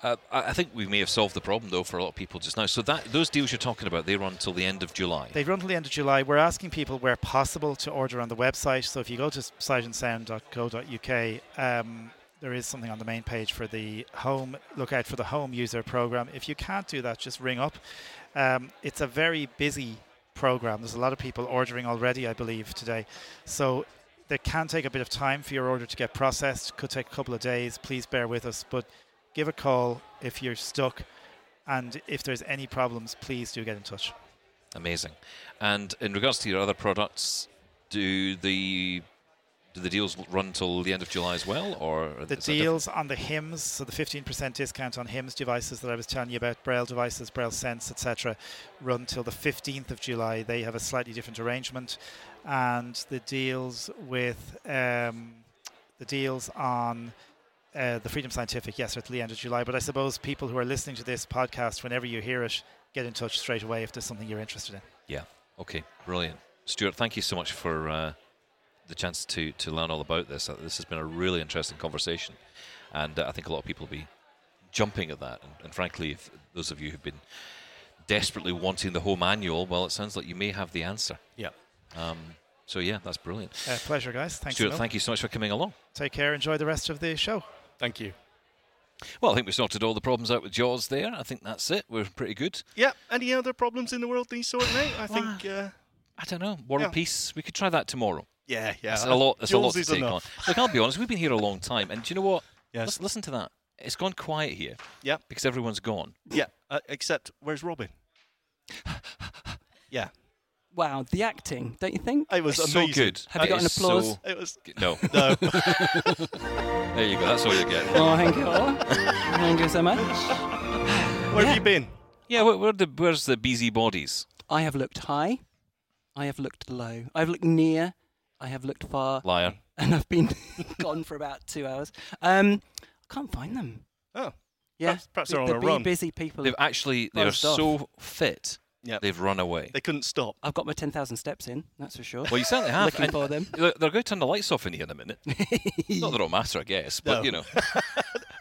Speaker 1: Uh, I I think we may have solved the problem though for a lot of people just now. So that those deals you're talking about, they run till the end of July.
Speaker 5: They run till the end of July. We're asking people where possible to order on the website. So if you go to sight-and-sound.co.uk, um, there is something on the main page for the home. Look out for the home user program. If you can't do that, just ring up. Um, it's a very busy program. There's a lot of people ordering already, I believe, today. So it can take a bit of time for your order to get processed. Could take a couple of days. Please bear with us, but give a call if you're stuck. And if there's any problems, please do get in touch.
Speaker 1: Amazing. And in regards to your other products, do the do the deals run till the end of July as well, or
Speaker 5: the
Speaker 1: is that different?
Speaker 5: deals on the HIMS, so the 15% discount on HIMS devices that I was telling you about, Braille devices, Braille Sense, etc., run till the 15th of July. They have a slightly different arrangement, and the deals with um, the deals on uh, the Freedom Scientific, yes, are till the end of July. But I suppose people who are listening to this podcast, whenever you hear it, get in touch straight away if there's something you're interested in.
Speaker 1: Yeah. Okay. Brilliant, Stuart. Thank you so much for uh, the chance to, to learn all about this. Uh, This has been a really interesting conversation, and uh, I think a lot of people will be jumping at that. And, and frankly, if those of you who've been desperately wanting the whole manual, well, it sounds like you may have the answer.
Speaker 3: Yeah.
Speaker 1: Um, so yeah, that's brilliant.
Speaker 5: Uh, pleasure, guys. Thanks.
Speaker 1: Stuart,
Speaker 5: a mil.
Speaker 1: thank you so much for coming along.
Speaker 5: Take care. Enjoy the rest of the show.
Speaker 3: Thank you.
Speaker 1: Well, I think we sorted all the problems out with Jaws there. I think that's it. We're pretty good.
Speaker 3: Yeah. Any other problems in the world these sorting out? I think. Uh,
Speaker 1: I don't know. War
Speaker 3: Yeah.
Speaker 1: and Peace. We could try that tomorrow.
Speaker 3: yeah, yeah.
Speaker 1: That's a lot. That's a lot
Speaker 3: Yours
Speaker 1: to
Speaker 3: is
Speaker 1: take
Speaker 3: enough.
Speaker 1: on. Look, I'll be honest. We've been here a long time, and do you know what?
Speaker 3: Yes.
Speaker 1: Listen, listen to that. It's gone quiet here.
Speaker 3: Yeah.
Speaker 1: Because everyone's gone.
Speaker 3: Yeah. Uh, except, where's Robin? yeah.
Speaker 4: Wow, the acting, don't you think?
Speaker 3: It was
Speaker 1: It's so
Speaker 3: amazing.
Speaker 1: good.
Speaker 4: Have
Speaker 1: That
Speaker 4: you got an
Speaker 1: is
Speaker 4: applause?
Speaker 1: so-
Speaker 3: It was.
Speaker 1: No.
Speaker 3: No.
Speaker 1: there you go. That's all you get.
Speaker 4: Oh, thank you. thank you so much.
Speaker 3: Where have you been?
Speaker 1: Yeah. Where, where the, where's the BZ bodies?
Speaker 4: I have looked high. I have looked low. I've looked near. I have looked far.
Speaker 1: Liar.
Speaker 4: and I've been gone for about two hours. Um, I can't find them.
Speaker 3: Oh.
Speaker 4: Yeah,
Speaker 3: Perhaps- perhaps
Speaker 4: the-
Speaker 3: they're on
Speaker 4: the
Speaker 3: a
Speaker 4: bee
Speaker 3: run.
Speaker 4: busy people.
Speaker 1: They've actually they are
Speaker 4: Buzzed off.
Speaker 1: so fit.
Speaker 3: Yeah.
Speaker 1: They've run away.
Speaker 3: They couldn't stop.
Speaker 4: I've got my ten thousand steps in. That's for sure.
Speaker 1: Well, you certainly have.
Speaker 4: Looking
Speaker 1: and
Speaker 4: for them.
Speaker 1: Look, they're going to turn the lights off in here in a minute. Not that it'll matter, I guess. But
Speaker 3: No.
Speaker 1: you know.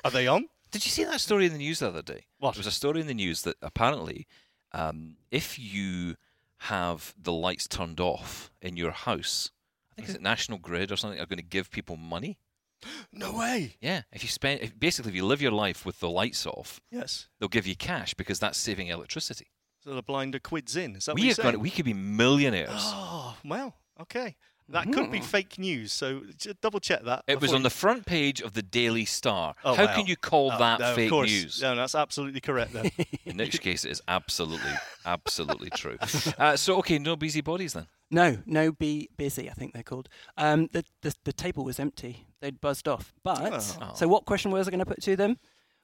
Speaker 3: Are they on?
Speaker 1: Did you see that story in the news the other day?
Speaker 3: What?
Speaker 1: There was a story in the news that apparently, um, if you have the lights turned off in your house, I think is it National Grid or something are going to give people money.
Speaker 3: No way.
Speaker 1: Yeah, if you spend if, basically if you live your life with the lights off,
Speaker 3: Yes.
Speaker 1: they'll give you cash because that's saving electricity.
Speaker 3: So the blinder quids in. Is that what
Speaker 1: We
Speaker 3: you're
Speaker 1: are
Speaker 3: saying?
Speaker 1: going. We could be millionaires.
Speaker 3: Oh, well, okay. That could be fake news, so j- double check that.
Speaker 1: Hmm. It was
Speaker 3: before
Speaker 1: on the front page of the Daily Star.
Speaker 3: you- Oh,
Speaker 1: How
Speaker 3: wow.
Speaker 1: can you call
Speaker 3: Oh,
Speaker 1: that
Speaker 3: no, of
Speaker 1: fake
Speaker 3: course.
Speaker 1: news?
Speaker 3: No, that's absolutely correct then.
Speaker 1: In which case, it is absolutely, absolutely true. Uh, so, okay, no busy bodies then.
Speaker 4: No, no, be busy. I think they're called. Um, the, the the table was empty. They'd buzzed off. But
Speaker 1: Oh.
Speaker 4: so, what question was I going to put to them?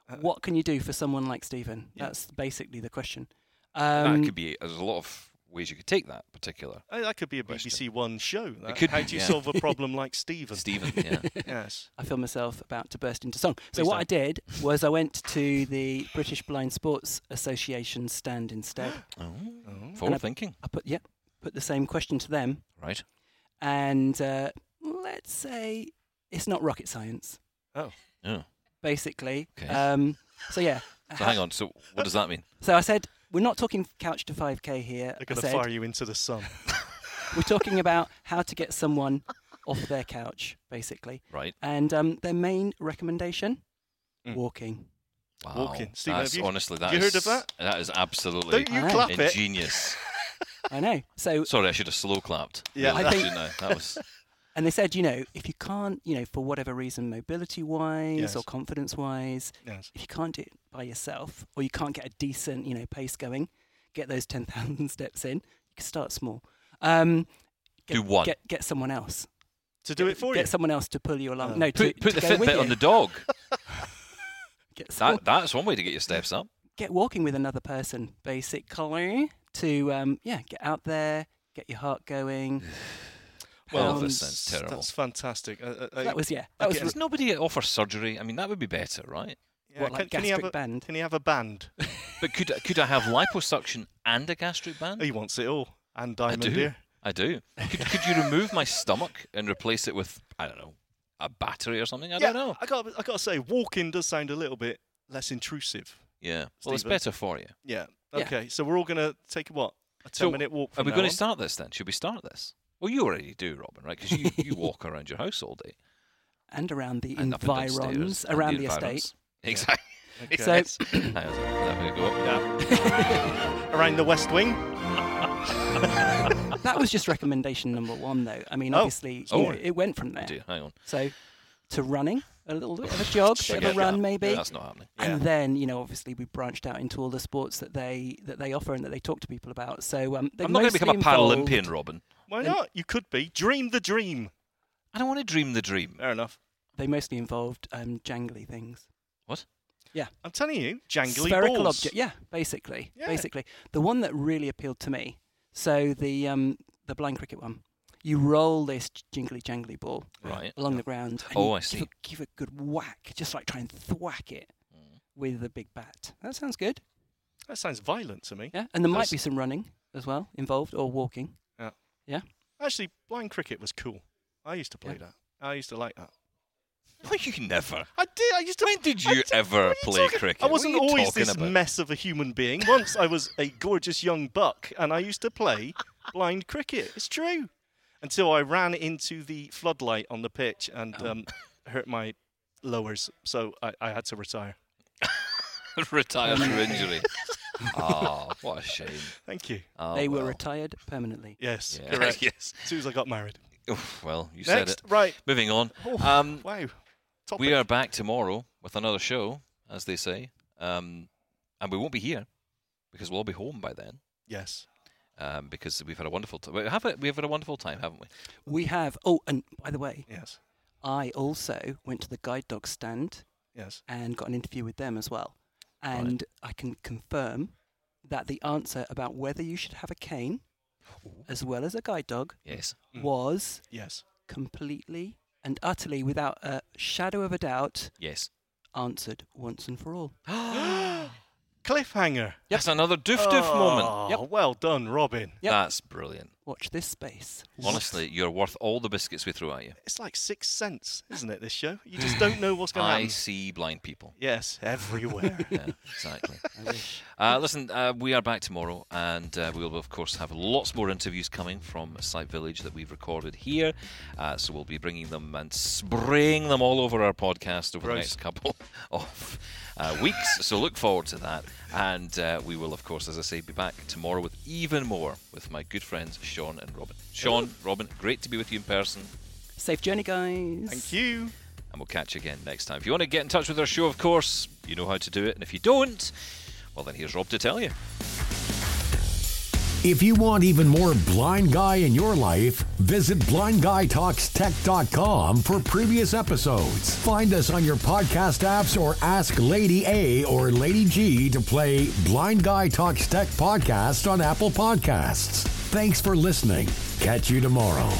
Speaker 1: Uh,
Speaker 4: what can you do for someone like Stephen? That's basically the question. Um,
Speaker 1: that could be. There's a lot of ways you could take that particular
Speaker 3: Uh, that could be a BBC One show. that.
Speaker 1: could
Speaker 3: How
Speaker 1: be,
Speaker 3: do you
Speaker 1: yeah.
Speaker 3: solve a problem like Stephen?
Speaker 1: Stephen. Yeah.
Speaker 3: Yes.
Speaker 4: I feel myself about to burst into song. So
Speaker 3: Please
Speaker 4: what
Speaker 3: don't.
Speaker 4: I did was I went to the British Blind Sports Association stand instead.
Speaker 3: Oh.
Speaker 1: Oh. Forward thinking,
Speaker 4: I put yeah, put the same question to them,
Speaker 1: right?
Speaker 4: and uh, let's say it's not rocket science,
Speaker 1: Yeah.
Speaker 4: basically.
Speaker 1: Okay.
Speaker 4: Um, so yeah.
Speaker 1: So hang on. So what does that mean?
Speaker 4: So I said we're not talking couch to 5k here.
Speaker 3: They're
Speaker 4: I
Speaker 3: going to
Speaker 4: said
Speaker 3: fire you into the sun.
Speaker 4: we're talking about how to get someone off their couch, basically.
Speaker 1: Right.
Speaker 4: And um, their main recommendation:
Speaker 3: Mm.
Speaker 4: walking.
Speaker 1: Wow.
Speaker 3: Walking. Stephen, have
Speaker 1: That's
Speaker 3: you-
Speaker 1: honestly that
Speaker 3: you heard of
Speaker 1: is-
Speaker 3: that?
Speaker 1: That is absolutely
Speaker 3: Don't you
Speaker 4: Alright.
Speaker 3: clap it.
Speaker 1: ingenious.
Speaker 4: I know. So
Speaker 1: Sorry, I should have slow clapped.
Speaker 3: Yeah.
Speaker 1: really,
Speaker 4: I think-
Speaker 1: shouldn't I? that was.
Speaker 4: And they said, you know, if you can't, you know, for whatever reason, mobility wise
Speaker 3: Yes.
Speaker 4: or confidence wise,
Speaker 3: Yes.
Speaker 4: if you can't do it by yourself or you can't get a decent, you know, pace going, get those 10,000 steps in, you can start small. Um, get,
Speaker 1: Do one.
Speaker 4: Get, get someone else.
Speaker 3: To do it for
Speaker 4: get
Speaker 3: you.
Speaker 4: someone else to pull you along.
Speaker 3: Oh.
Speaker 4: No, to,
Speaker 1: Put, put the
Speaker 4: to go with
Speaker 1: Fitbit
Speaker 4: you.
Speaker 1: on the dog.
Speaker 4: Get, someone-
Speaker 1: That, that's one way to get your steps up.
Speaker 4: get walking with another person, basically, to, um, yeah, get out there, get your heart going.
Speaker 1: Well,
Speaker 4: Pound.
Speaker 1: this sounds terrible.
Speaker 3: That's fantastic. Uh, uh, uh,
Speaker 4: That was, yeah, that
Speaker 3: Okay,
Speaker 4: was
Speaker 1: Does nobody offer surgery? I mean, that would be better, right?
Speaker 3: yeah,
Speaker 4: what, like
Speaker 3: he have
Speaker 4: gastric
Speaker 3: a,
Speaker 4: band?
Speaker 3: Can he have a band? Oh,
Speaker 1: But could could I have liposuction and a gastric band?
Speaker 3: he wants it all. And
Speaker 1: I
Speaker 3: Diamond
Speaker 1: do.
Speaker 3: Ear.
Speaker 1: I do. Could, could you remove my stomach and replace it with I don't know a battery or something? I
Speaker 3: yeah,
Speaker 1: don't know.
Speaker 3: I got. I got to say, walking does sound a little bit less intrusive.
Speaker 1: Yeah. Well, it's
Speaker 3: Stephen.
Speaker 1: better for you.
Speaker 3: Yeah.
Speaker 4: Yeah.
Speaker 3: Okay. So we're all going to take what a
Speaker 1: So,
Speaker 3: ten-minute walk.
Speaker 1: Are
Speaker 3: From
Speaker 1: we
Speaker 3: now
Speaker 1: going
Speaker 3: on?
Speaker 1: to start this then? Should we start this? Well, you already do, Robin, right? Because you, you walk around your house all day
Speaker 4: and around the
Speaker 1: and up and downstairs
Speaker 4: environs,
Speaker 1: and
Speaker 4: around the
Speaker 1: environs.
Speaker 4: estate.
Speaker 1: Exactly.
Speaker 3: Okay.
Speaker 4: So-
Speaker 1: Yes. Hang on, I'm going to go up.
Speaker 3: around the West Wing?
Speaker 4: That was just recommendation number one, though. I mean,
Speaker 3: Oh.
Speaker 4: obviously, you
Speaker 1: Oh.
Speaker 4: know, it went from
Speaker 1: I
Speaker 4: there.
Speaker 1: do. Hang on.
Speaker 4: So, to running, a little bit of a jog, bit of
Speaker 1: Forget
Speaker 4: a run,
Speaker 1: that.
Speaker 4: maybe,
Speaker 1: That's not happening.
Speaker 4: and then you know, obviously, we branched out into all the sports that they that they offer and that they talk to people about. So, um, they
Speaker 1: I'm not going to
Speaker 4: mostly
Speaker 1: become a
Speaker 4: involved-
Speaker 1: Paralympian, Robin.
Speaker 3: Why
Speaker 4: Then-
Speaker 3: not? You could be. Dream the dream.
Speaker 1: I don't want to dream the dream.
Speaker 3: Fair enough.
Speaker 4: They mostly involved um, jangly things,
Speaker 3: I'm telling you, jangly
Speaker 4: spherical
Speaker 3: balls.
Speaker 4: object. Yeah, basically,
Speaker 3: Yeah.
Speaker 4: basically, the one that really appealed to me. So the um, the blind cricket one. You roll this jingly jangly ball
Speaker 1: Right.
Speaker 4: along the ground. And
Speaker 1: Oh,
Speaker 4: you
Speaker 1: I
Speaker 4: Give
Speaker 1: see.
Speaker 4: a, give a good whack, just like try and thwack it
Speaker 1: Hmm.
Speaker 4: with a big bat. That sounds good.
Speaker 3: That sounds violent to me.
Speaker 4: Yeah, and there
Speaker 1: That's-
Speaker 4: might be some running as well involved or walking.
Speaker 3: Actually, blind cricket was cool. I used to play that. I used to like that.
Speaker 1: No, you never.
Speaker 3: I did. I used to.
Speaker 1: When did
Speaker 3: I
Speaker 1: you ever
Speaker 3: what are
Speaker 1: play
Speaker 3: talking-
Speaker 1: cricket?
Speaker 3: I
Speaker 1: What are
Speaker 3: wasn't
Speaker 1: you
Speaker 3: always
Speaker 1: talking
Speaker 3: this
Speaker 1: about?
Speaker 3: mess of a human being. Once I was a gorgeous young buck, and I used to play blind cricket. It's true. Until I ran into the floodlight on the pitch and
Speaker 1: Oh.
Speaker 3: um, hurt my lowers, so I, I had to retire.
Speaker 1: Retire through injury. Ah, what a shame.
Speaker 3: Thank you.
Speaker 1: Oh,
Speaker 4: they were
Speaker 1: well.
Speaker 4: retired permanently.
Speaker 3: Yes,
Speaker 1: Yeah.
Speaker 3: correct.
Speaker 1: yes.
Speaker 3: As soon as I got married.
Speaker 1: Oof, well, you said it.
Speaker 3: Next, Oh, right?
Speaker 1: Moving on. Um,
Speaker 3: Wow. Topic.
Speaker 1: we are back tomorrow with another show, as they say, um, and we won't be here because we'll all be home by then.
Speaker 3: Yes.
Speaker 1: Um, because we've had a wonderful time. We have a, we've had a wonderful time, haven't we?
Speaker 4: We have. Oh, and by the way,
Speaker 3: Yes.
Speaker 4: I also went to the guide dog stand
Speaker 3: Yes.
Speaker 4: and got an interview with them as well. And I can confirm that the answer about whether you should have a cane as well as a guide dog
Speaker 1: Yes.
Speaker 4: was
Speaker 3: Yes.
Speaker 4: completely and utterly, without a shadow of a doubt,
Speaker 1: Yes.
Speaker 4: answered once and for all.
Speaker 3: Cliffhanger.
Speaker 1: That's another doof doof moment.
Speaker 3: Oh,
Speaker 4: Yep.
Speaker 3: Well done, Robin.
Speaker 4: Yep.
Speaker 1: That's brilliant.
Speaker 4: Watch this space.
Speaker 1: Honestly, you're worth all the biscuits we throw at you.
Speaker 3: It's like six cents, isn't it? This show. You just don't know what's going to
Speaker 1: I
Speaker 3: happen.
Speaker 1: see blind people.
Speaker 3: Yes, everywhere.
Speaker 1: Yeah, exactly. Uh, listen, uh, we are back tomorrow, and uh, we will, of course, have lots more interviews coming from Site Village that we've recorded here. Uh, so we'll be bringing them and spraying them all over our podcast over the
Speaker 3: Gross.
Speaker 1: next couple of uh, weeks. so look forward to that. And uh, we will, of course, as I say, be back tomorrow with even more with my good friends Sean and Robin. Sean, Robin, great to be with you in person.
Speaker 4: Safe journey, guys.
Speaker 3: Thank you.
Speaker 1: and we'll catch you again next time. If you want to get in touch with our show, of course, you know how to do it. And if you don't, well, then here's Rob to tell you.
Speaker 2: If you want even more Blind Guy in your life, visit blindguytalkstech.com for previous episodes. Find us on your podcast apps or ask Lady A or Lady G to play Blind Guy Talks Tech podcast on Apple Podcasts. Thanks for listening. Catch you tomorrow.